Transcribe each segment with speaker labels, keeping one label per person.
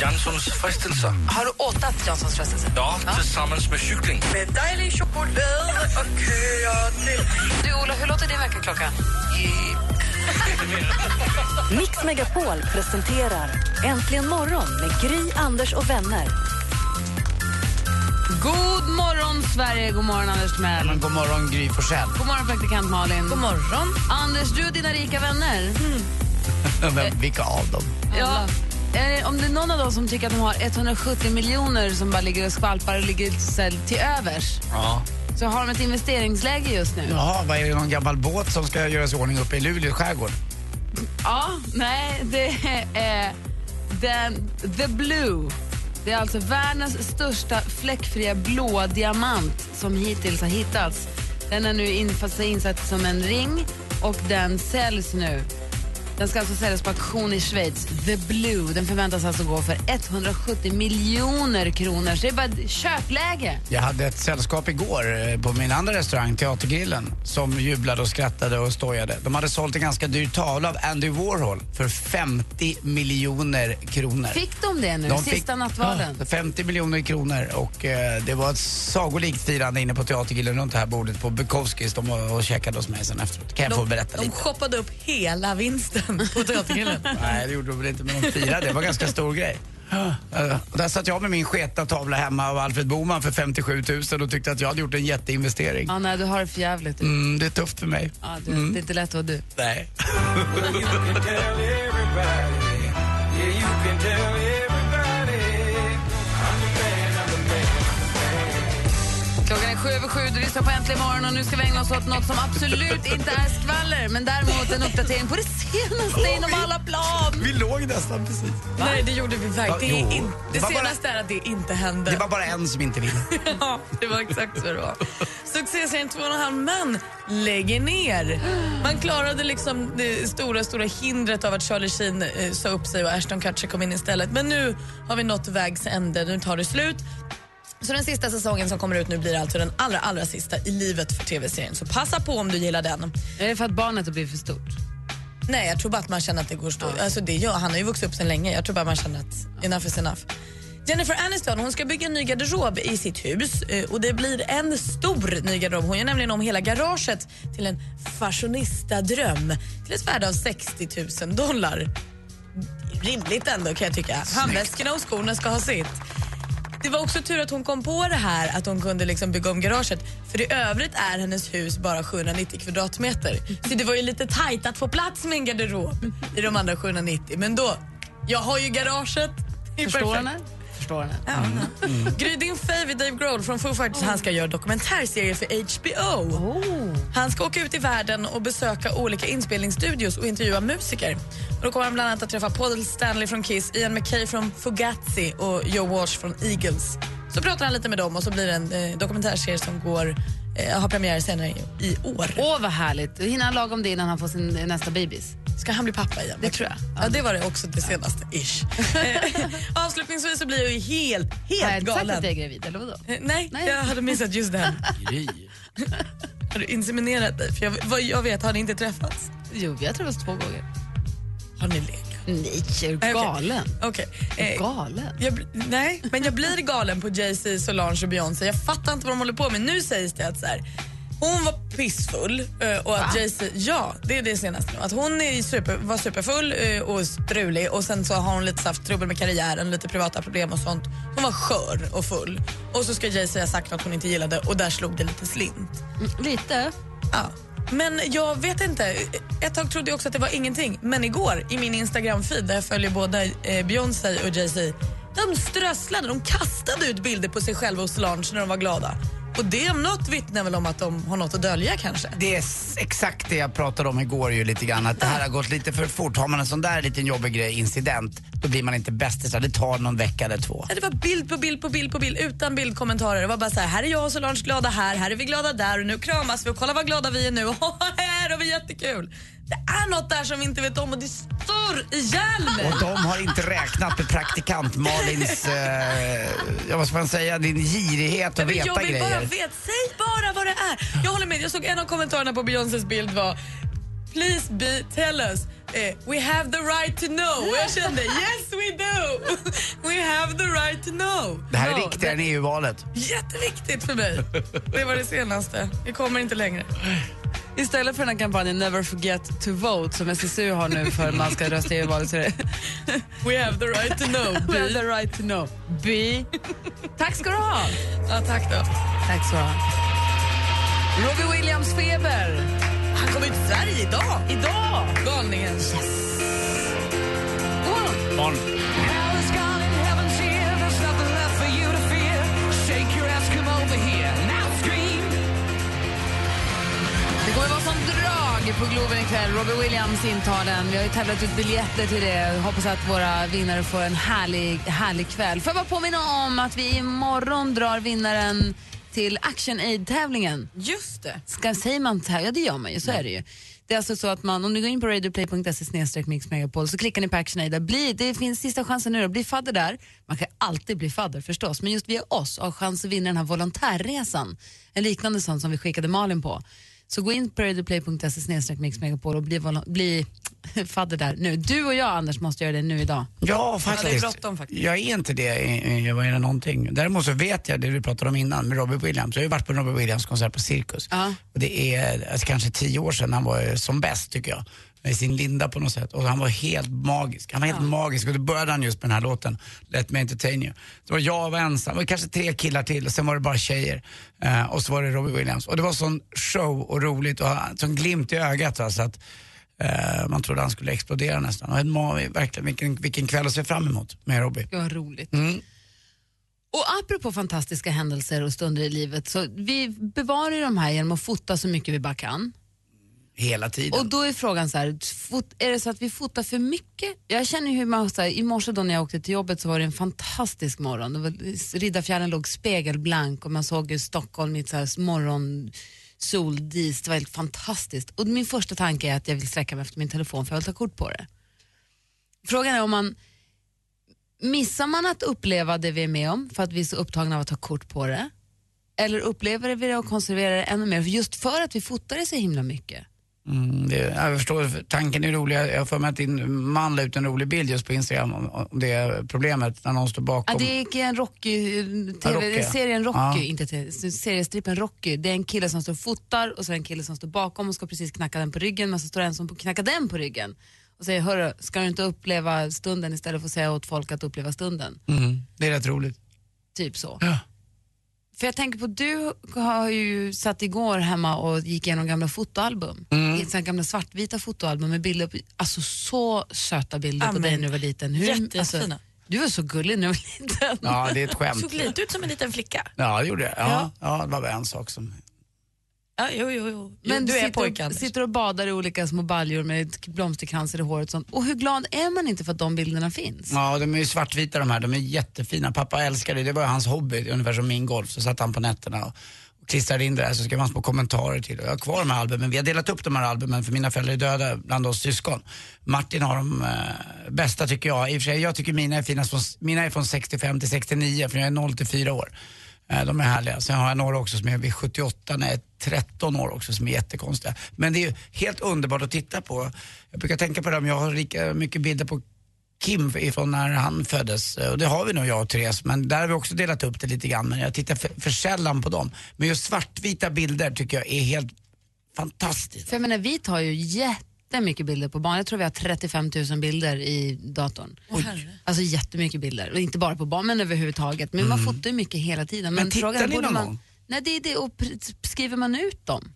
Speaker 1: Janssons frestelser.
Speaker 2: Har du åtat Janssons frestelse?
Speaker 1: Ja, tillsammans med cykling.
Speaker 2: Med dejlig choklad och köa till. Du, Ola, hur låter din väckarklocka?
Speaker 3: Mix Megapol presenterar Äntligen morgon med Gry, Anders och vänner.
Speaker 4: God morgon, Sverige! God morgon, Anders Mell.
Speaker 5: Men god morgon, Gry Forssell.
Speaker 4: God morgon, praktikant Malin. God morgon. Mm. Anders, du och dina rika vänner.
Speaker 5: Men Vilka av dem?
Speaker 4: Ja. Är det, om det är någon av dem som tycker att de har 170 miljoner som bara ligger och skvalpar och ligger så här till övers
Speaker 5: Ja.
Speaker 4: så har de ett investeringsläge just nu.
Speaker 5: Jaha, vad är det någon gammal båt som ska göras i ordning uppe i Luleå skärgård?
Speaker 4: Ja, nej, det är eh, den, The Blue. Det är alltså världens största fläckfria blåa diamant som hittills har hittats. Den är nu infatt- insatt som en ring och den säljs nu. Den ska alltså säljas på auktion i Schweiz. The Blue. Den förväntas alltså gå för 170 miljoner kronor. Så det är bara ett köpläge.
Speaker 5: Jag hade ett sällskap igår eh, på min andra restaurang, Teatergrillen, som jublade och skrattade och stojade. De hade sålt en ganska dyr tavla av Andy Warhol för 50 miljoner kronor.
Speaker 4: Fick de det nu,
Speaker 5: De
Speaker 4: sista nattvarden?
Speaker 5: Ja, 50 miljoner kronor och eh, det var ett sagolikt firande inne på Teatergrillen runt det här bordet på Bukowskis. De var och käkade hos mig sen efteråt. Kan jag få berätta lite?
Speaker 2: shoppade upp hela vinsten på Teatergrillen.
Speaker 5: Nej, det gjorde de väl inte, men de firade. Det var en ganska stor grej. Eh, och där satt jag med min sketna tavla hemma av Alfred Boman för 57 000 och tyckte att jag hade gjort en jätteinvestering.
Speaker 4: Ja, Ah, nej, du har det för jävligt.
Speaker 5: Ah. Mm, det är tufft för mig.
Speaker 4: Ja, du, Det är inte lätt att vara du.
Speaker 5: Nej.
Speaker 4: Klockan är sju över sju, du lyssnar på Äntligen morgon och nu ska vi ägna oss åt något som absolut inte är skvaller men däremot en uppdatering på det senaste inom alla plan.
Speaker 5: Vi låg nästan precis.
Speaker 2: Nej, det gjorde vi verkligen. Det,
Speaker 5: Ja,
Speaker 2: är
Speaker 5: jo.
Speaker 2: in,
Speaker 5: Det
Speaker 2: det
Speaker 5: var bara-
Speaker 2: senaste är att det inte hände.
Speaker 5: Det var bara en som inte ville.
Speaker 2: Ja, det var exakt så det var. Succéserien Två och en halv man lägger ner. Man klarade liksom det stora, stora hindret av att Charlie Sheen eh, sa upp sig och Ashton Kutcher kom in istället. Men nu har vi nått vägs ände, nu tar det slut. Så den sista säsongen som kommer ut nu blir alltså den allra, allra sista i livet för tv-serien. Så passa på om du gillar den.
Speaker 4: Är det för att barnet har blivit för stort?
Speaker 2: Nej, jag tror bara att man känner att det går stå. Alltså det gör, han har ju vuxit upp sen länge. Jag tror bara man känner att enough is enough. Jennifer Aniston hon ska bygga en ny garderob i sitt hus eh, och det blir en stor ny garderob. Hon gör nämligen om hela garaget till en fashionista-dröm till ett värde av 60 000 dollar. Rimligt ändå kan jag tycka. Handväskorna och skorna ska ha sitt. Det var också tur att hon kom på det här att hon kunde liksom bygga om garaget. För i övrigt är hennes hus bara 790 kvadratmeter. Så det var ju lite tajt att få plats med en garderob i de andra 790. Men då, jag har ju garaget. Det är
Speaker 4: Förstår
Speaker 2: perfekt.
Speaker 4: henne? Förstår henne.
Speaker 2: Mm. Gry, din favorit Dave Grohl från Foo Fighters, han ska göra dokumentärserie för HBO.
Speaker 4: Oh.
Speaker 2: Han ska åka ut i världen och besöka olika inspelningsstudios och intervjua musiker. Och då kommer han bland annat att träffa Paul Stanley från Kiss, Ian McKay från Fugazi och Joe Walsh från Eagles. Så pratar han lite med dem och så blir det en eh, dokumentärserie som går, eh, har premiär senare i- i år.
Speaker 4: Åh, vad härligt. Då hinner han lagom det innan han får sin eh, nästa bebis.
Speaker 2: Ska han bli pappa igen?
Speaker 4: Det tror jag.
Speaker 2: Ja, det var det också det senaste, ish. Eh, Avslutningsvis så blir jag ju helt,
Speaker 4: Har jag
Speaker 2: helt
Speaker 4: inte sagt
Speaker 2: galen.
Speaker 4: att jag är gravid, eller vadå?
Speaker 2: Eh, Nej,
Speaker 4: Nej.
Speaker 2: jag hade missat just den. Har du inseminerat dig? För jag, vad jag vet har ni inte träffats.
Speaker 4: Jo, vi har träffats två gånger.
Speaker 2: Har ni lekt?
Speaker 4: Nej, är du
Speaker 2: Nej, Eh, okej.
Speaker 4: galen?
Speaker 2: Okej. Eh,
Speaker 4: Galen?
Speaker 2: jag, bl- nej, men jag blir galen på Jay-Z, Solange och Beyoncé. Jag fattar inte vad de håller på med. Nu sägs det att så här, hon var pissfull eh, och att Jay-Z, ja det är det senaste nu. Att hon är super, var superfull eh, och strulig och sen så har hon lite så haft trubbel med karriären, lite privata problem och sånt. Hon var skör och full. Och så ska Jay-Z ha sagt något hon inte gillade och där slog det lite slint.
Speaker 4: Mm, Lite.
Speaker 2: Ja. Men jag vet inte. Ett tag trodde jag också att det var ingenting. Men igår i min Instagram-feed där jag följer både eh, Beyoncé och Jay-Z. De strösslade, de kastade ut bilder på sig själva och Solange när de var glada. Och det om något vittnar väl om att de har något att dölja kanske.
Speaker 5: Det är s- exakt det jag pratade om igår ju lite grann, att det här har gått lite för fort. Har man en sån där liten jobbig grej, incident, då blir man inte bästisar. Det tar någon vecka eller två.
Speaker 2: Ja, Det var bild på bild på bild på bild utan bildkommentarer. Det var bara så här, här är jag och Solange glada här, här är vi glada där och nu kramas vi och kolla vad glada vi är nu. Och här har vi jättekul. Det är något där som vi inte vet om och det stör ihjäl mig.
Speaker 5: Och de har inte räknat med praktikant Malins, eh, ja, vad ska man säga, din girighet
Speaker 2: Men
Speaker 5: att
Speaker 2: jag
Speaker 5: veta
Speaker 2: vill bara
Speaker 5: grejer.
Speaker 2: veta, säg bara vad det är. Jag håller med, jag såg en av kommentarerna på Beyoncés bild var Please be, tell us, eh, we have the right to know. Och jag kände yes we do, we have the right to know.
Speaker 5: Det här är
Speaker 2: Ja,
Speaker 5: viktigare än EU-valet.
Speaker 2: Jätteviktigt för mig. Det var det senaste. Vi kommer inte längre.
Speaker 4: Istället för den här kampanjen Never forget to vote som SSU har nu för man ska rösta i EU-valet så är det
Speaker 2: We have the right to know.
Speaker 4: We have the right to know. By. Tack ska du ha.
Speaker 2: Ja, tack då.
Speaker 4: Tack ska du ha. Robbie Williams-feber.
Speaker 2: Han kommer ut till Sverige idag.
Speaker 4: Idag!
Speaker 2: Galningen.
Speaker 4: Det kommer vara som drag på Globen ikväll. Robbie Williams intar den. Vi har ju tävlat ut biljetter till det. Hoppas att våra vinnare får en härlig, härlig kväll. Får jag bara påminna om att vi imorgon drar vinnaren till Action Aid-tävlingen.
Speaker 2: Just det.
Speaker 4: Ska, säger man så här? Ja, det gör man ju. Så är det ju. Det är alltså så att man, om du går in på radioplay.se snedstreck mix megapol så klickar ni på action Aid. Där blir, det finns sista chansen nu att bli fadder där. Man kan alltid bli fadder förstås, men just via oss har chans att vinna den här volontärresan. En liknande sån som vi skickade Malin på. Så gå in på radioplay.se E snedstreck mix megapol och bli, volon- bli fadder där nu. Du och jag Anders måste göra det nu idag.
Speaker 5: Ja,
Speaker 2: det är
Speaker 5: faktiskt.
Speaker 2: bråttom faktiskt.
Speaker 5: Jag är inte det, eh, eh, vad är det någonting. Däremot så vet jag det du pratade om innan med Robbie Williams. Jag har ju varit på en Robbie Williams konsert på Cirkus.
Speaker 4: Ja.
Speaker 5: Och det är alltså, kanske tio år sedan han var eh, som bäst tycker jag. Med sin linda på något sätt. Och han var helt magisk. Han var helt magisk. Och då började han just med den här låten, Let Me Entertain You. Det var jag var ensam, det var kanske tre killar till och sen var det bara tjejer. Eh, och så var det Robbie Williams. Och det var sån show och roligt och han- sån glimt i ögat. Va? Så att, eh, man trodde han skulle explodera nästan. Och en ma- verkligen, vilken, vilken kväll att se fram emot med Robbie.
Speaker 4: Det var roligt. Och apropå fantastiska händelser och stunder i livet så vi bevarar ju de här genom att fota så mycket vi bara kan.
Speaker 5: Hela tiden.
Speaker 4: Och då är frågan så här, fot, är det så att vi fotar för mycket? Jag känner ju hur man, så här, i morse då när jag åkte till jobbet så var det en fantastisk morgon. Det var, Riddarfjärden låg spegelblank och man såg ju Stockholm i ett så här morgon soldis, det var helt fantastiskt. Och min första tanke är att jag vill sträcka mig efter min telefon för jag vill ta kort på det. Frågan är om man, missar man att uppleva det vi är med om för att vi är så upptagna av att ta kort på det? Eller upplever vi det och konserverar det ännu mer? För Just för att vi fotar det så himla mycket.
Speaker 5: Mm, det, ja, jag förstår, tanken är rolig. Jag jag har för mig att din man la ut en rolig bild just på Instagram om, om det är problemet när någon står bakom.
Speaker 4: Ja, det är en Rocky, eh, TV,
Speaker 5: Ja, Rocky, ja.
Speaker 4: serien Rocky,
Speaker 5: Ja.
Speaker 4: inte TV, seriestrippen Rocky. Det är en kille som står och fotar och så är det en kille som står bakom och ska precis knacka den på ryggen men så står det en som knackar den på ryggen och säger hörru, ska du inte uppleva stunden istället för att säga åt folk att uppleva stunden?
Speaker 5: Mm, det är rätt roligt.
Speaker 4: Typ så.
Speaker 5: Ja.
Speaker 4: För jag tänker på, du har ju satt igår hemma och gick igenom gamla fotoalbum. Mm. Gamla svartvita fotoalbum med bilder på, alltså så söta bilder på
Speaker 2: Amen.
Speaker 4: dig när du var liten. alltså,
Speaker 2: Jätte- jättefina.
Speaker 4: du var så gullig när du var liten.
Speaker 5: ja, det är ett skämt.
Speaker 2: Såg lite ut som en liten flicka.
Speaker 5: Ja, det gjorde jag. Ja, ja. det var bara en sak som...
Speaker 2: Ja, jo, jo, jo.
Speaker 4: Men
Speaker 2: Men du är
Speaker 4: sitter,
Speaker 2: pojken.
Speaker 4: och, sitter och badar i olika små baljor med k- blomsterkranser i håret och sånt. Och hur glad är man inte för att de bilderna finns?
Speaker 5: Ja, de är ju svartvita de här. De är jättefina. Pappa älskar det. Det var hans hobby, ungefär som min golf. Så satt han på nätterna och, och klistrade in det där så skrev han små kommentarer till. Och jag har kvar de här albumen. Vi har delat upp de här albumen för mina föräldrar är döda bland oss syskon. Martin har de eh, bästa tycker jag. I och för sig, jag tycker mina är fina. Från, mina är från 65 till 69 för jag är 0 till 4 år. Eh, De är härliga. Sen har jag några också som är vid 78 när jag är 13 år också som är jättekonstiga. Men det är ju helt underbart att titta på. Jag brukar tänka på dem, jag har lika mycket bilder på Kim ifrån när han föddes. eh, Och det har vi nog jag och Therese, men där har vi också delat upp det lite grann. Men jag tittar för, för sällan på dem. Men just svartvita bilder tycker jag är helt fantastiskt.
Speaker 4: För jag menar, vi tar ju jättemycket bilder på barn. Jag tror vi har 35 000 bilder i datorn. alltså jättemycket bilder. Och inte bara på barn, men överhuvudtaget. Men man fotar ju mycket hela tiden.
Speaker 5: Mm. Men tittar
Speaker 4: frågan är,
Speaker 5: ni
Speaker 4: borde
Speaker 5: någon
Speaker 4: man...
Speaker 5: gång?
Speaker 4: Nej, det är det. Och pr- skriver man ut dem?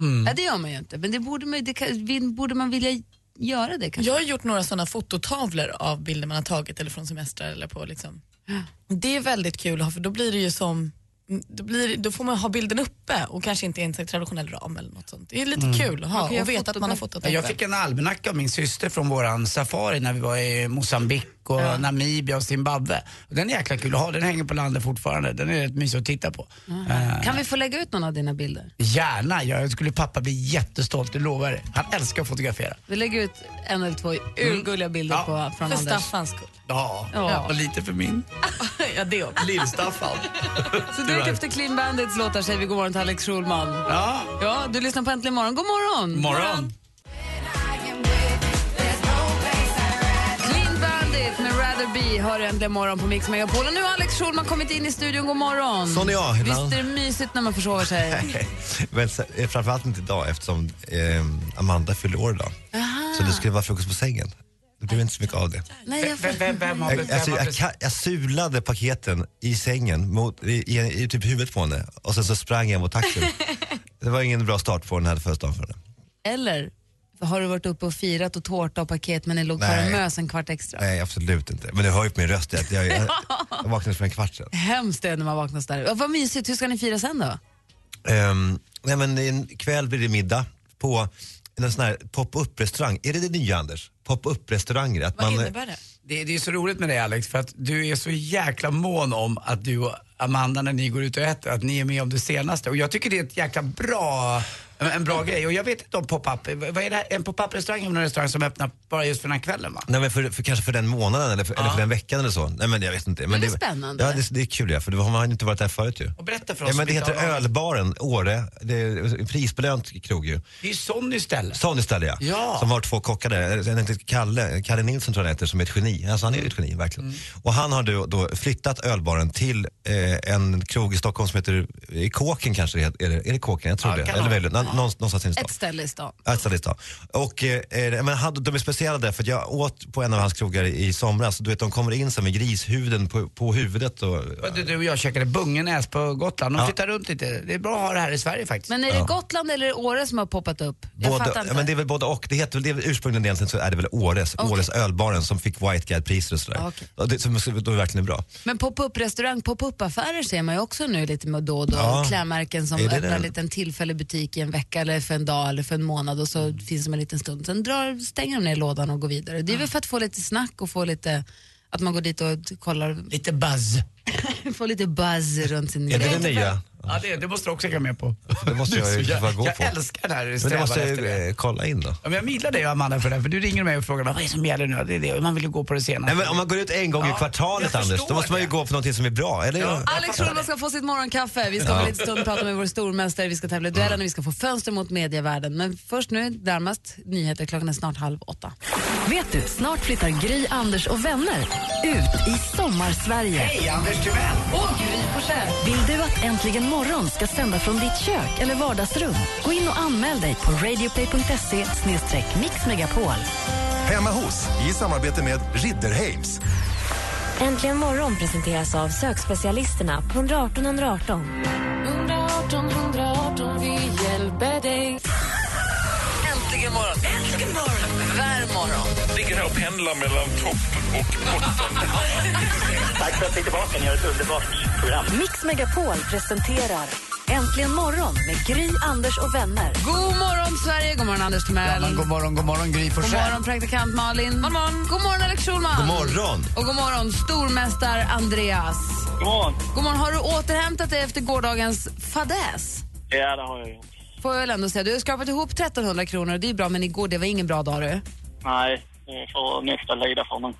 Speaker 5: Mm.
Speaker 4: Ja, det gör man ju inte. Men det borde man, ju- det kan, vi- borde man vilja göra det kanske?
Speaker 2: Jag har gjort några sådana fototavlor av bilder man har tagit eller från semestrar eller på liksom. Det är väldigt kul att ha för då blir det ju som mm, då, blir, då får man ha bilden uppe och kanske inte i en så här traditionell ram eller något sånt. Det är lite kul att ha
Speaker 4: kan
Speaker 2: och
Speaker 4: göra
Speaker 2: veta att man har
Speaker 4: fotot
Speaker 2: fotat
Speaker 5: Ja,
Speaker 2: uppe.
Speaker 5: Jag fick en almanacka av min syster från våran safari när vi var i Mosambik och Namibia och Zimbabwe. Och Den är jäkla kul att ha, den hänger på landet fortfarande. Den är rätt mysig att titta på. Eh,
Speaker 4: Kan vi få lägga ut någon av dina bilder?
Speaker 5: gärna, jag skulle pappa bli jättestolt, det lovar jag dig. Han älskar att fotografera.
Speaker 4: Vi lägger ut en eller två urgulliga bilder
Speaker 5: Ja.
Speaker 4: på, från
Speaker 2: För
Speaker 4: Anders.
Speaker 2: Staffans skull.
Speaker 5: Ja,
Speaker 4: Ja.
Speaker 5: och lite för min.
Speaker 2: ja, det också.
Speaker 5: Lill-Staffan.
Speaker 4: Så direkt efter Clean Bandits låtar säger vi god morgon till Alex Schulman.
Speaker 5: Ja,
Speaker 4: Ja, du lyssnar på Äntligen morgon. God morgon!
Speaker 5: morgon.
Speaker 4: Clean Bandit med Rather Be hör Äntligen morgon på Mix Megapol. Och nu har Alex Schulman kommit in i studion. God morgon!
Speaker 6: Sån är jag.
Speaker 4: Visst är det mysigt när man försover sig?
Speaker 6: Men så- eh, framförallt inte idag eftersom eh, Amanda fyller år idag. Så det skulle vara frukost på sängen. Det blev inte så mycket av det.
Speaker 4: Nej, jag
Speaker 5: Vem,
Speaker 4: får...
Speaker 5: vem, vem har
Speaker 6: Jag, alltså, jag,
Speaker 5: bestämt?
Speaker 6: ka- jag sulade paketen i sängen mot, i, i, i typ huvudet på henne och sen så sprang jag mot taxin. det var ingen bra start på den här födelsedagen för henne.
Speaker 4: Eller har du varit uppe och firat och tårta och paket men ni låg kvar och
Speaker 6: Nej.
Speaker 4: mös en kvart extra?
Speaker 6: Nej, absolut inte. Men du hör ju på min röst att jag, jag, jag vaknade för en kvart sedan.
Speaker 4: Hemskt det är när man vaknar så där. Ja, Vad mysigt. Hur ska ni fira sen då?
Speaker 6: Ehm, nej men en kväll blir det middag på en sån här pop-up restaurang. Är det det nya Anders? Pop-up restauranger? Att
Speaker 2: Vad
Speaker 6: man,
Speaker 2: innebär det?
Speaker 5: Det, det är så roligt med dig Alex, för att du är så jäkla mån om att du och Amanda när ni går ut och äter, att ni är med om det senaste. Och jag tycker det är ett jäkla bra, en- en bra grej. Och jag vet inte om pop-up, vad är det här? En pop-up restaurang är väl en restaurang som öppnar bara just för den här kvällen va?
Speaker 6: Nej, men för, för, kanske för den månaden eller för, eller för den veckan eller så. Nej, men jag vet inte. Men
Speaker 4: det är spännande.
Speaker 6: Ja, det, det är kul ja, för det, har- man har ju inte varit där förut ju.
Speaker 5: Och berätta för oss
Speaker 6: Ja, men det
Speaker 5: som inte
Speaker 6: heter
Speaker 5: har varit.
Speaker 6: Ölbaren, Åre. Det är en prisbelönt krog ju.
Speaker 5: Det är ju sån istället.
Speaker 6: Sån istället ja.
Speaker 5: Ja.
Speaker 6: Som har två kockar där. En heter Kalle, Kalle Nilsson tror jag han heter, som är ett geni. Alltså han är ju ett geni verkligen.
Speaker 5: Mm.
Speaker 6: Och han har då, då flyttat ölbaren till eh, en krog i Stockholm som heter, i Kåken kanske det heter. Är det, är det Kåken? Jag tror
Speaker 5: Ja,
Speaker 6: det.
Speaker 5: kan det vara.
Speaker 6: Eller väl, nå- någonstans- någonstans i en stad.
Speaker 4: Ett ställe i stan.
Speaker 6: Östallista. Och eh, eh, men han, de är speciella där för att jag åt på en av hans krogar i somras. Du vet, de kommer in som med grishuden på, på huvudet. Och,
Speaker 5: Du, du och jag käkade bungenäs på Gotland, de
Speaker 6: Ja.
Speaker 5: flyttar runt lite. Det är bra att ha det här i Sverige faktiskt.
Speaker 4: Men är det Gotland eller är det Åre som har poppat upp? Jag
Speaker 6: Både,
Speaker 4: fattar inte.
Speaker 6: ja, men det är väl både och. Det heter väl, det är väl ursprungligen egentligen så är det väl Åres,
Speaker 4: Okej.
Speaker 6: Åres ölbaren som fick White Guide-priser och sådär.
Speaker 4: Okej.
Speaker 6: Och det, som, som- då är verkligen bra.
Speaker 4: Men pop-up restaurang, pop-up affärer ser man ju också nu lite med då och då.
Speaker 6: Ja.
Speaker 4: Klädmärken som
Speaker 6: Är det
Speaker 4: öppnar
Speaker 6: det?
Speaker 4: en liten tillfällig butik i en vecka eller för en dag eller för en månad och
Speaker 6: Mm.
Speaker 4: så finns de en liten stund. Sen drar, stänger de ner lådan och går vidare. Det är väl för att få lite snack och få lite, att man går dit och kollar,
Speaker 5: Lite buzz.
Speaker 4: får lite buzz runt sin
Speaker 6: Är det
Speaker 4: grej.
Speaker 6: den nya?
Speaker 5: Ja, det, det måste du också hänga med på.
Speaker 6: Det måste
Speaker 5: Du är
Speaker 6: jag ju
Speaker 5: så jä-
Speaker 6: bara gå
Speaker 5: jag
Speaker 6: på.
Speaker 5: älskar den här
Speaker 6: Men det
Speaker 5: strävan
Speaker 6: måste
Speaker 5: efter det.
Speaker 6: jag eh, kolla in då.
Speaker 5: Ja, men jag gillar dig och Amanda för det här, för du ringer mig och frågar vad är det som gäller nu? Det är det. Man vill ju gå på det senaste.
Speaker 6: Nej, men om man går ut en gång
Speaker 5: Ja,
Speaker 6: i kvartalet
Speaker 5: jag
Speaker 6: Anders,
Speaker 5: förstår
Speaker 6: då måste man ju
Speaker 5: det.
Speaker 6: gå på någonting som är bra, eller
Speaker 5: Ja.
Speaker 6: hur?
Speaker 4: Alex Schulman ska få sitt morgonkaffe. Vi ska om en liten stund prata med vår stormästare, vi ska tävla i duellen och vi ska få fönster mot medievärlden. Men först nu, närmast nyheter. Klockan är snart halv åtta.
Speaker 3: Vet du, snart flyttar Gry, Anders och vänner ut i sommarsverige.
Speaker 5: Hej Anders Timell!
Speaker 3: Vill du att Äntligen morgon ska sända från ditt kök eller vardagsrum? Gå in och anmäl dig på radioplay.se mixmegapol.
Speaker 7: Hemma hos i samarbete med Ridderheims.
Speaker 8: Äntligen morgon presenteras av sökspecialisterna på 118 118.
Speaker 9: Äntligen morgon. Äntligen morgon. Vär morgon.
Speaker 1: Ligger här och pendlar mellan topp och botten.
Speaker 10: Tack för att ni är tillbaka. Ni gör ett underbart program.
Speaker 3: Mix Megapol presenterar Äntligen morgon med Gry, Anders och vänner.
Speaker 4: God morgon Sverige, god morgon Anders
Speaker 5: Ja,
Speaker 4: Timell.
Speaker 5: men god morgon, god morgon Gry
Speaker 4: God
Speaker 5: Forssell.
Speaker 4: morgon praktikant Malin. God morgon, god morgon Alex Schulman.
Speaker 6: God morgon!
Speaker 4: Och god morgon stormästare Andreas.
Speaker 10: God morgon.
Speaker 4: God morgon, har du återhämtat dig efter gårdagens fadäs?
Speaker 10: Ja, det har jag gjort.
Speaker 4: Får jag väl ändå säga. Du har skrapat ihop 1300 kronor och det är bra men igår det var ingen bra dag du.
Speaker 5: Mm,
Speaker 10: Nej, mm, det får nästa lida för nu.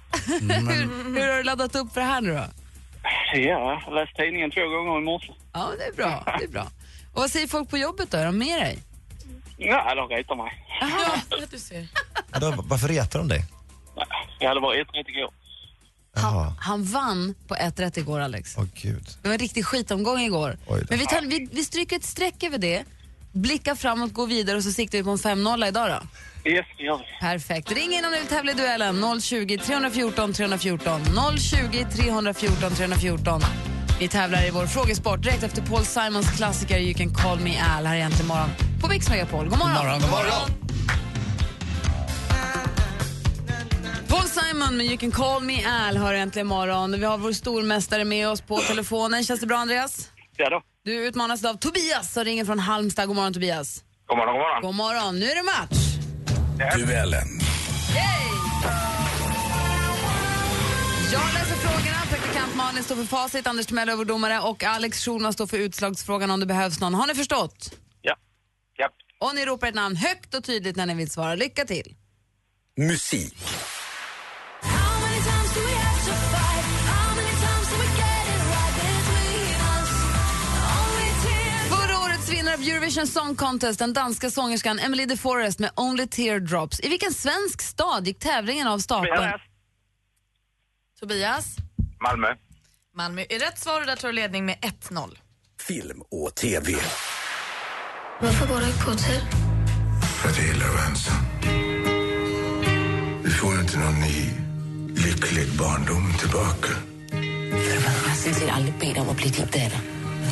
Speaker 4: hur, hur har du laddat upp för det här nu då?
Speaker 10: Ja, jag läste tidningen två gånger i morse.
Speaker 4: Ja, det är bra. Det är bra. Och vad säger folk på jobbet då? Är de med dig?
Speaker 10: Ja, de retar mig.
Speaker 6: Ja, då, varför retar de dig?
Speaker 10: Nej, Jag hade bara ett rätt igår.
Speaker 6: Jaha,
Speaker 4: Han vann på ett rätt igår, Alex.
Speaker 6: åh gud.
Speaker 4: Det var en riktig skitomgång igår.
Speaker 6: Oj då.
Speaker 4: Men vi, tar, vi, vi stryker ett streck över det, blickar framåt, går vidare och så siktar vi på en 5-0 idag då.
Speaker 10: Yes, det gör vi.
Speaker 4: Perfekt. Ring in om du vill tävla i duellen. 020-314 314. 020-314 314. Vi tävlar i vår frågesport direkt efter Paul Simons klassiker You can call me Al här egentligen imorgon på Mix Megapol. God morgon!
Speaker 5: God morgon.
Speaker 4: Paul Simon med You can call me Al hör äntligen imorgon. Vi har vår stormästare med oss på telefonen. Känns det bra Andreas?
Speaker 10: Ja då.
Speaker 4: Du utmanas av Tobias som ringer från Halmstad. God morgon Tobias.
Speaker 10: God morgon, god morgon.
Speaker 4: God morgon, nu är det match.
Speaker 11: Duellen.
Speaker 4: Jag läser frågorna, praktikant Malin står för facit, Anders Timell är överdomare och Alex Schulman står för utslagsfrågan om det behövs någon. Har ni förstått?
Speaker 10: Ja. ja.
Speaker 4: Och ni ropar ett namn högt och tydligt när ni vill svara. Lycka till!
Speaker 11: Musik.
Speaker 4: Förra årets vinnare av Eurovision Song Contest, den danska sångerskan Emily de Forest med Only Teardrops. I vilken svensk stad gick tävlingen av stapeln?
Speaker 2: Tobias,
Speaker 10: Malmö.
Speaker 2: Malmö är rätt svar och där tar du ledning med 1-0.
Speaker 11: Film och TV.
Speaker 12: Varför går du inte på hotell?
Speaker 13: För att jag gillar att vara ensam. Du får inte någon ny lycklig barndom tillbaka.
Speaker 14: Massen ser aldrig bett om att bli din döda.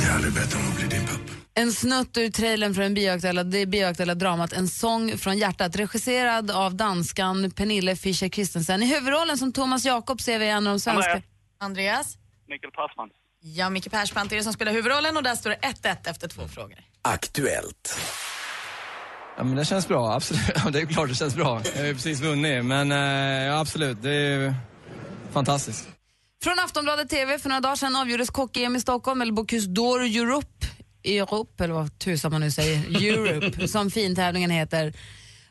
Speaker 13: Jag har aldrig bett om att bli din pappa.
Speaker 4: En snutt ur trailern från bioaktuella, det bioaktuella dramat En sång från hjärtat regisserad av danskan Pernille Fischer Christensen. I huvudrollen som Thomas Jakob ser vi en av de svenska...
Speaker 2: Andreas?
Speaker 10: Mikael Persbrandt.
Speaker 2: Ja, Micke Persbrandt är det som spelar huvudrollen och där står det 1-1 efter två frågor.
Speaker 11: Aktuellt.
Speaker 15: Ja, men det känns bra, absolut. Ja, Det är klart det känns bra. Jag har ju precis vunnit, men eh, ja, absolut, det är ju fantastiskt.
Speaker 4: Från Aftonbladet TV för några dagar sedan avgjordes kock-EM i Stockholm, eller Bocuse d'Or Europe, Europe, eller vad tusan man nu säger, Europe, som fintävlingen heter.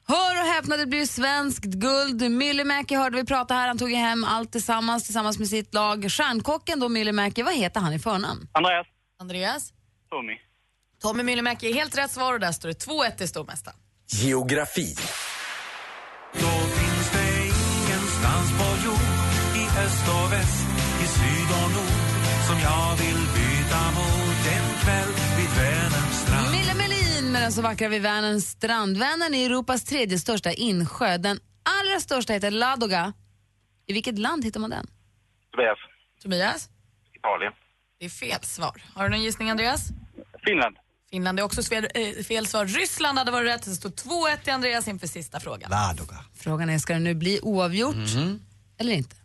Speaker 4: Hör och häpna, det blir svenskt guld. Myllymäki hörde vi prata här, han tog ju hem allt tillsammans, tillsammans med sitt lag. Stjärnkocken då, Myllymäki, vad heter han i förnamn?
Speaker 10: Andreas.
Speaker 2: Andreas?
Speaker 10: Tommy.
Speaker 2: Tommy Myllymäki är helt rätt svar och där står det 2-1 till stormästaren.
Speaker 11: Geografi.
Speaker 16: Ingenstans på jord, i öst och väst, i syd och nord som jag vill byta mot en kväll vid Vänerns strand
Speaker 4: Mille Melin med den så vackra vid Vänerns strand. Vänern är Europas tredje största insjö. Den allra största heter Ladoga. I vilket land hittar man den?
Speaker 10: Tobias.
Speaker 2: Tobias?
Speaker 10: Italien.
Speaker 2: Det är fel svar. Har du någon gissning, Andreas?
Speaker 10: Finland.
Speaker 2: Finland är också fel, eh, fel svar. Ryssland hade varit rätt. Det står 2-1 till Andreas inför sista frågan.
Speaker 6: Ladoga.
Speaker 4: Frågan är, ska det nu bli oavgjort eller inte?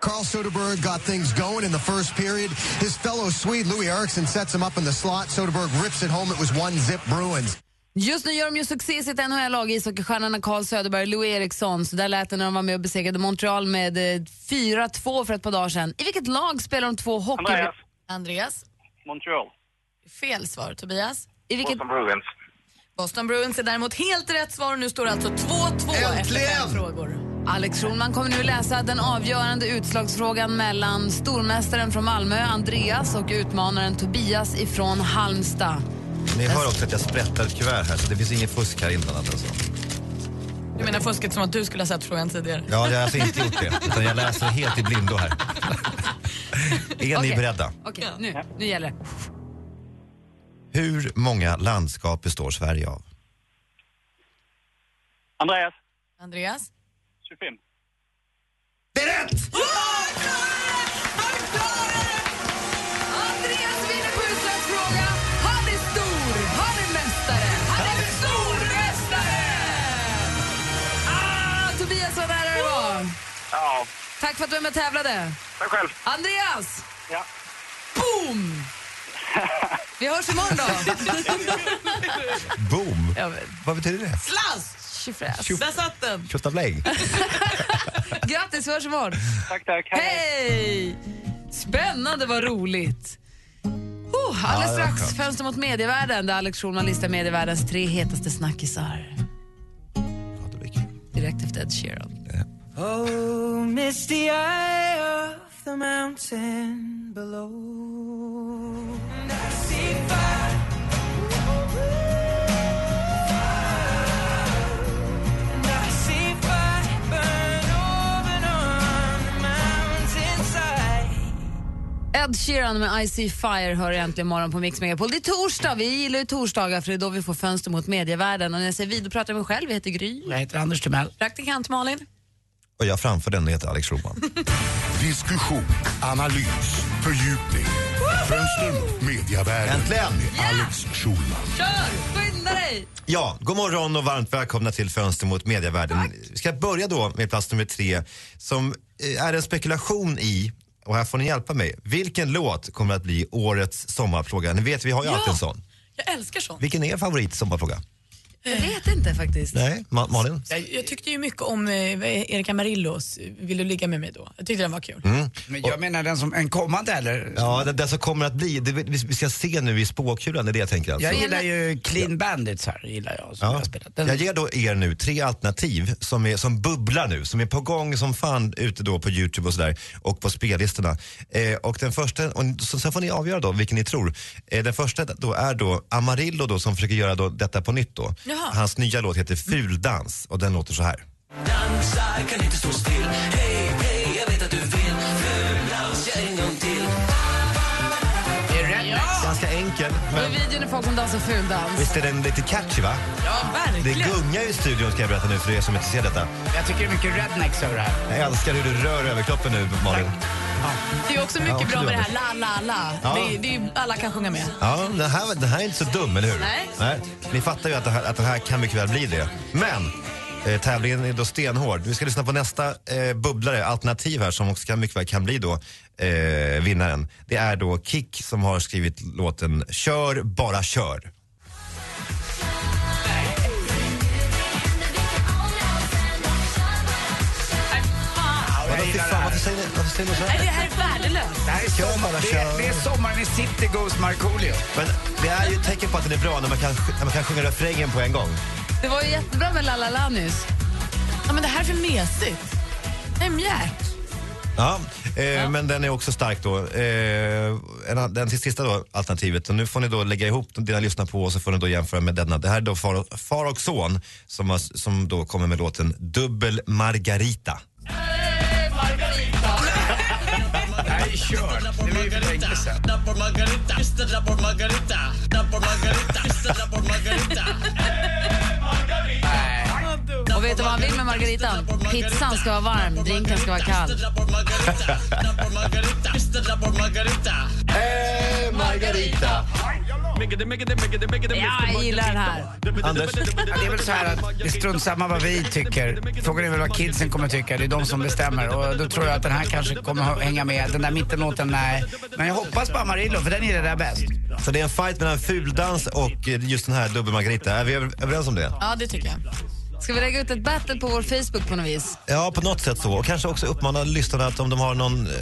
Speaker 17: Carl Soderberg got things going in the first period. His fellow Swede Louis Eriksson sets him up in the slot. Soderberg rips it home. It was one zip Bruins.
Speaker 4: Just nu gör de ju succé i sitt NHL-lag, ishockeystjärnorna Carl Söderberg och Louis Eriksson. Så där lät det när de var med och besegrade Montreal med eh, 4-2 för ett par dagar sedan. I vilket lag spelar de två hockey...
Speaker 10: Andreas.
Speaker 2: Andreas?
Speaker 10: Montreal.
Speaker 2: Fel svar. Tobias? I
Speaker 10: Boston Bruins.
Speaker 2: Boston Bruins är däremot helt rätt svar och nu står det alltså 2-2 efter fem frågor.
Speaker 4: Alex Schulman kommer nu läsa den avgörande utslagsfrågan mellan stormästaren från Malmö, Andreas, och utmanaren Tobias ifrån Halmstad.
Speaker 6: Ni hör också att jag sprättar ett kuvert här så det finns inget fusk här inblandat alltså.
Speaker 2: Du menar fusket som att du skulle ha sett frågan tidigare?
Speaker 6: Ja, jag har alltså inte gjort det. Utan jag läser helt i blindo här. Är ni
Speaker 4: Okej.
Speaker 6: beredda?
Speaker 4: Okej, nu, nu gäller det.
Speaker 6: Hur många landskap består Sverige av?
Speaker 10: Andreas.
Speaker 2: Andreas?
Speaker 10: 25.
Speaker 6: Det är rätt!
Speaker 4: Andreas vinner på utslagsfrågan. Han är stor, han är mästare, han är stormästare! Ah, Tobias, vad nära det var.
Speaker 10: Ja,
Speaker 4: Tack för att du är med och tävlade.
Speaker 10: tack själv.
Speaker 4: Andreas!
Speaker 10: Ja.
Speaker 4: Boom! Vi hörs imorgon då.
Speaker 6: Boom!
Speaker 4: Ja,
Speaker 6: Vad betyder det?
Speaker 4: Slask! Tjofräs.
Speaker 6: Tjoff.
Speaker 4: Där satt den.
Speaker 6: Tjottablägg?
Speaker 4: Grattis, vi hörs imorgon.
Speaker 10: Tack, tack.
Speaker 4: Hej! Spännande, vad roligt. Oh,
Speaker 6: Ja,
Speaker 4: alldeles
Speaker 6: det var
Speaker 4: strax
Speaker 6: skönt.
Speaker 4: Fönster mot medievärlden där Alex Schulman listar medievärldens tre hetaste snackisar.
Speaker 6: Eh,
Speaker 4: Direkt efter Ed Sheeran.
Speaker 16: Oh, misty eye of the mountain below And I see fire And I see fire burn over on the mountainside
Speaker 4: Ed Sheeran med I see fire hör äntligen morgon på Mix Megapol. Det är torsdag, vi gillar ju torsdagar för det är då vi får fönster mot medievärlden. Och när jag säger vi, då pratar jag mig själv. Jag heter Gry.
Speaker 5: Jag heter Anders Timell.
Speaker 4: Praktikant Malin.
Speaker 6: Och jag framför den heter Alex Roman.
Speaker 7: Diskussion, analys, fördjupning. Fönster mot mediavärlden.
Speaker 6: Äntligen!
Speaker 7: Med Alex Schulman.
Speaker 4: Kör! Skynda dig!
Speaker 6: Ja, god morgon och varmt välkomna till Fönster mot medievärlden. Vi ska börja då med plats nummer tre som eh, är en spekulation i och här får ni hjälpa mig. Vilken låt kommer att bli årets sommarfråga? Ni vet, vi har ju alltid en sån.
Speaker 2: Jag älskar sånt.
Speaker 6: Vilken är er favorit sommarfråga?
Speaker 2: Jag vet inte faktiskt.
Speaker 6: Nej, Ma- Malin?
Speaker 2: Jag, jag tyckte ju mycket om eh, Erika Marillos Vill du ligga med mig då? Jag tyckte den var kul.
Speaker 6: Mm.
Speaker 5: Men jag menar den som, en kommande eller?
Speaker 6: Ja, den, den som kommer att bli, det, vi, vi ska se nu i spåkulan, det är det jag tänker alltså.
Speaker 5: Jag gillar ju Clean Bandits här, gillar jag. Som
Speaker 6: Ja.
Speaker 5: jag har spelat. Den,
Speaker 6: Jag ger då er nu tre alternativ som, är, som bubblar nu, som är på gång som fan ute då på Youtube och sådär och på spellistorna. Eh, och den första, och så, sen får ni avgöra då vilken ni tror. Eh, den första då är då Amarillo då som försöker göra då detta på nytt då.
Speaker 16: Jaha.
Speaker 6: Hans nya låt heter Fuldans och den låter så här.
Speaker 16: Dansa, kan inte stå still Hej, hej, jag vet att du vill Fuldans, jag en gång till
Speaker 6: Ganska enkel.
Speaker 4: Och i
Speaker 6: Men
Speaker 4: videon är folk som dansar fuldans.
Speaker 6: visst är den lite catchy va?
Speaker 4: Ja,
Speaker 6: Det gungar ju i studion ska jag berätta nu för er som inte ser detta.
Speaker 5: jag tycker det är mycket rednecks över det här.
Speaker 6: Jag älskar hur du rör överkroppen nu Malin.
Speaker 2: Det är också
Speaker 6: Ja,
Speaker 2: mycket
Speaker 6: också
Speaker 2: bra med det
Speaker 6: dumt.
Speaker 2: här la, la, la.
Speaker 6: Ja.
Speaker 2: Det, det är ju, alla kan sjunga med.
Speaker 6: Ja, den här, den här är inte så dum, eller hur?
Speaker 2: Nej.
Speaker 6: Ni fattar ju att det här, att det här kan mycket väl bli det. Men eh, tävlingen är då stenhård. Vi ska lyssna på nästa eh, bubblare, alternativ här, som också kan, mycket väl kan bli då eh, vinnaren. Det är då Kick som har skrivit låten Kör, bara kör.
Speaker 5: Vadå, fy fan, varför
Speaker 6: säger ni, varför säger ni så?
Speaker 2: Nej, det här är värdelöst.
Speaker 5: Det här är sommar, det, är- det är sommaren i City Goes Markoolio.
Speaker 6: Men det är ju ett tecken på att den är bra när man kan, när man kan sjunga refrängen på en gång.
Speaker 4: Det var ju jättebra med La La La nyss.
Speaker 2: Ja, men det här är för mesigt. Det är mjärt.
Speaker 6: Ja, eh, men den är också stark då. Eh, en, an- den till sista då, alternativet. Och nu får ni då lägga ihop det ni lyssnar på och så får ni då jämföra med denna. Det här är då far, och- far och son som, har, s- som då kommer med låten Dubbel Margarita.
Speaker 16: Nej, kör. Det blir för länge sedan. Double margarita, Mr. Double margarita. Double margarita, Mr. Double margarita.
Speaker 4: Och vet du vad han vill med margaritan? Pizzan ska vara varm, drinken ska vara kall.
Speaker 16: Mr. Double margarita. Hey, margarita.
Speaker 4: Ja, jag gillar den här.
Speaker 5: Anders? Det är väl så här att det är strunt samma vad vi tycker. Frågan är väl vad kidsen kommer tycka. Det är de som bestämmer. Och då tror jag att den här kanske kommer ha- hänga med. Den där mittenlåten, nej. Men jag hoppas på Amarillo, för den gillar jag bäst.
Speaker 6: Så det är en fight mellan fuldans och eh, just den här Dubbel Margarita. Är vi över- överens om det?
Speaker 4: Ja, det tycker jag. Ska vi lägga ut ett battle på vår Facebook på något vis?
Speaker 6: Ja, på något sätt så. Och kanske också uppmana lyssnarna att om de har någon, eh,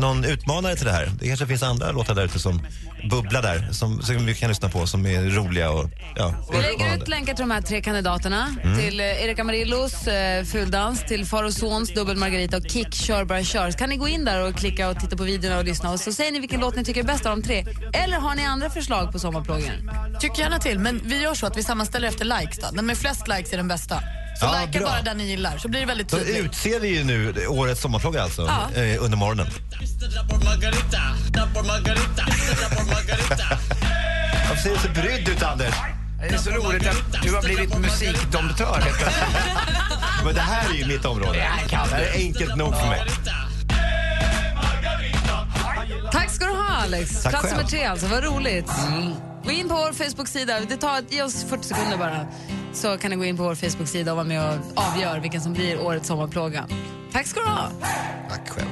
Speaker 6: någon utmanare till det här. Det kanske finns andra låtar där ute som bubblar där, som, som vi kan lyssna på, som är roliga och ja.
Speaker 4: Vi lägger ut länkar till de här tre kandidaterna.
Speaker 6: Mm.
Speaker 4: Till eh, Erika Amarillos eh, Fuldans, till Far och Sons Dubbel Margarita och Kick Kör Bara Kör. Så kan ni gå in där och klicka och titta på videorna och lyssna och så säger ni vilken låt ni tycker är bäst av de tre. Eller har ni andra förslag på sommarplågen?
Speaker 2: Tycker gärna till, men vi gör så att vi sammanställer efter likes. Då. Den med flest likes är den bästa. Så
Speaker 6: Ja,
Speaker 2: likea
Speaker 6: bra.
Speaker 2: bara den ni gillar, så blir det väldigt
Speaker 6: Då
Speaker 2: tydligt.
Speaker 6: utser vi ju nu årets sommarplåga alltså,
Speaker 2: Ja.
Speaker 6: eh, under morgonen.
Speaker 16: Double margarita. Double margarita.
Speaker 6: Varför ser du så brydd ut, Anders?
Speaker 5: Det är så roligt att du har blivit musikdomptör helt plötsligt.
Speaker 6: Men det här är ju mitt område.
Speaker 5: här kan
Speaker 6: Det här är enkelt nog för mig.
Speaker 4: Tack ska du ha Alex.
Speaker 6: Tack
Speaker 4: Plats
Speaker 6: själv. Mm.
Speaker 4: nummer tre alltså, vad roligt. Gå in på vår Facebook-sida. Det tar, ge oss 40 sekunder bara. Så kan ni gå in på vår Facebook-sida och vara med och avgör vilken som blir årets sommarplåga. Tack ska du ha.
Speaker 6: Tack själv.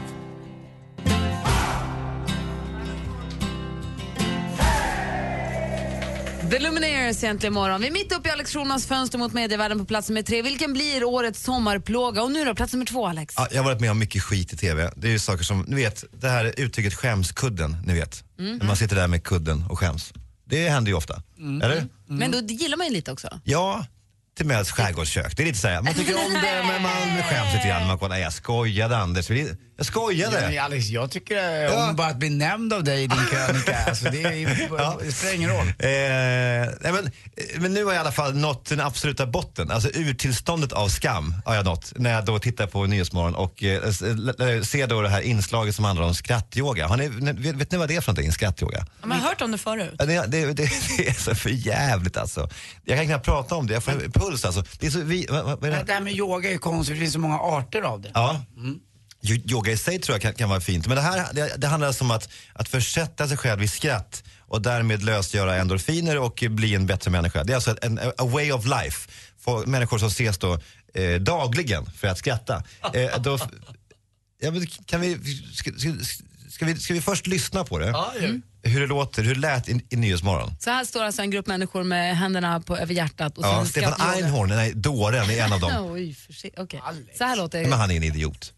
Speaker 4: The Lumineers egentligen imorgon. Vi är mitt uppe i Alex Schulmans fönster mot medievärlden på plats nummer tre. Vilken blir årets sommarplåga? Och nu då, plats nummer två Alex.
Speaker 6: Ja, jag har varit med om mycket skit i TV. Det är ju saker som, ni vet, det här uttrycket skämskudden, ni vet.
Speaker 4: Mm.
Speaker 6: När man sitter där med kudden och skäms. Det händer ju ofta. Eller?
Speaker 4: Men då det gillar man ju lite också.
Speaker 6: Ja, till Mäls skärgårdskök. Det är lite så här, man tycker om det men man skäms lite grann. Man kollar, nej jag skojade Anders. Jag
Speaker 5: Ja,
Speaker 6: skojade.
Speaker 5: men Alex, jag tycker eh,
Speaker 6: Ja.
Speaker 5: om bara att bli nämnd av dig i din krönika. Alltså, det, är,
Speaker 6: Ja.
Speaker 5: det spelar ingen roll.
Speaker 6: Eh, nej, men, eh, men nu har jag i alla fall nått den absoluta botten. Alltså urtillståndet av skam har jag nått när jag då tittar på Nyhetsmorgon och eh, s- l- l- ser då det här inslaget som handlar om skrattyoga. Har ni, ni- vet, vet ni vad det är för någonting, skrattyoga?
Speaker 2: Ja, men Jag har hört om det förut.
Speaker 6: Ja, Det, det, det, det är så för jävligt alltså. Jag kan knappt prata om det, jag får puls alltså. Det är så vi, vad, vad vad är det? här?
Speaker 5: Det här med yoga är konstigt, det finns så många arter av det.
Speaker 6: Ja.
Speaker 4: Mm.
Speaker 6: Jo- Yoga i sig tror jag kan, kan vara fint. Men det här det, det handlar alltså om att, att försätta sig själv i skratt och därmed lösgöra endorfiner och eh, bli en bättre människa. Det är alltså en, a way of life. För människor som ses då eh, dagligen för att skratta. Eh, då, ja, men kan vi, ska, ska, ska, vi, ska vi först lyssna på det?
Speaker 4: Ja, ju. Mm.
Speaker 6: Hur det låter, hur det lät i, i Nyhetsmorgon.
Speaker 4: Så här står alltså en grupp människor med händerna på, över hjärtat. Och
Speaker 6: Ja,
Speaker 4: sen
Speaker 6: Stefan
Speaker 4: skrattjolle.
Speaker 6: Einhorn, nej, dåren, är en av dem.
Speaker 4: Oj, försi- okej. Så här låter det.
Speaker 6: Men han är en idiot.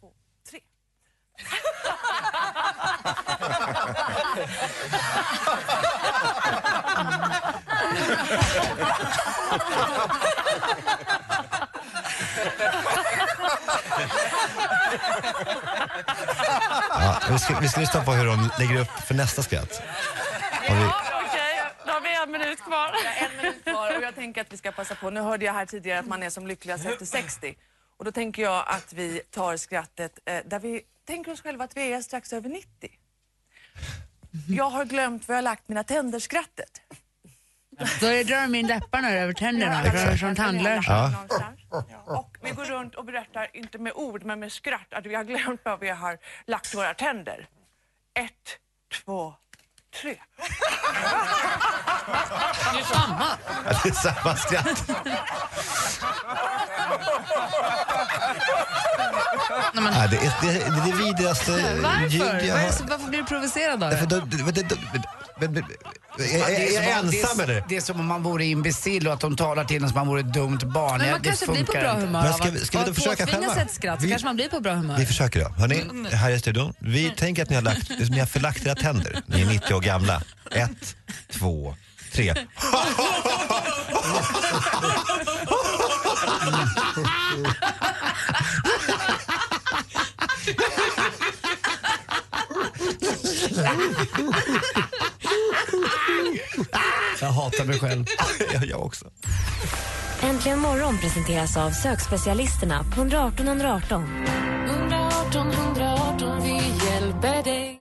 Speaker 6: Ja, vi, ska, vi ska lyssna på hur de lägger upp för nästa skratt. Har vi-
Speaker 18: Okej, då har vi en minut kvar. en minut kvar och jag tänker att vi ska passa på. Nu hörde jag här tidigare att man är som lyckligast efter 60. Och då tänker jag att vi tar skrattet eh, där vi tänker oss själva att vi är strax över 90. Jag har glömt var jag har lagt mina tänder-skrattet.
Speaker 4: Då är- drar de in läpparna över tänderna,
Speaker 18: Ja,
Speaker 4: drar som tandlösa.
Speaker 18: Ja. Och vi går runt och berättar, inte med ord men med skratt, att vi har glömt var vi har lagt våra tänder. Ett, två, tre.
Speaker 4: Det är samma.
Speaker 6: Ja, Det är samma skratt. Ja, det, är, det, är det vidrigaste
Speaker 4: Varför?
Speaker 6: ljud jag
Speaker 4: Vad är det
Speaker 6: har.
Speaker 4: som- Varför blir du provocerad av
Speaker 6: Därför
Speaker 4: det?
Speaker 6: då- då- då- då- men- men- Är
Speaker 5: Ja, det
Speaker 6: är
Speaker 5: är
Speaker 6: jag
Speaker 5: som- det är-
Speaker 6: ensam eller?
Speaker 5: Det är som om man vore imbecill och att de talar till en som om man vore ett dumt barn.
Speaker 4: Men
Speaker 5: Ja,
Speaker 4: man
Speaker 5: det
Speaker 4: kanske blir på
Speaker 5: funkar
Speaker 4: bra
Speaker 5: inte.
Speaker 4: humör
Speaker 6: Men
Speaker 4: av
Speaker 6: ska vi-
Speaker 4: att-
Speaker 6: ska vi
Speaker 4: av
Speaker 6: då
Speaker 4: att
Speaker 6: försöka
Speaker 4: påtvingas
Speaker 6: själva?
Speaker 4: ett skratt så
Speaker 6: Vi-
Speaker 4: kanske man blir på bra humör. Mm.
Speaker 6: Vi försöker då. Hörrni, här i studion. Vi tänker att ni har, lagt, ni har förlagt era tänder. Ni är 90 år gamla. Ett, två, tre.
Speaker 5: Jag hatar mig själv.
Speaker 6: jag, jag också.
Speaker 8: Äntligen morgon presenteras av sökspecialisterna på 118 118.
Speaker 14: 118 118, vi hjälper dig.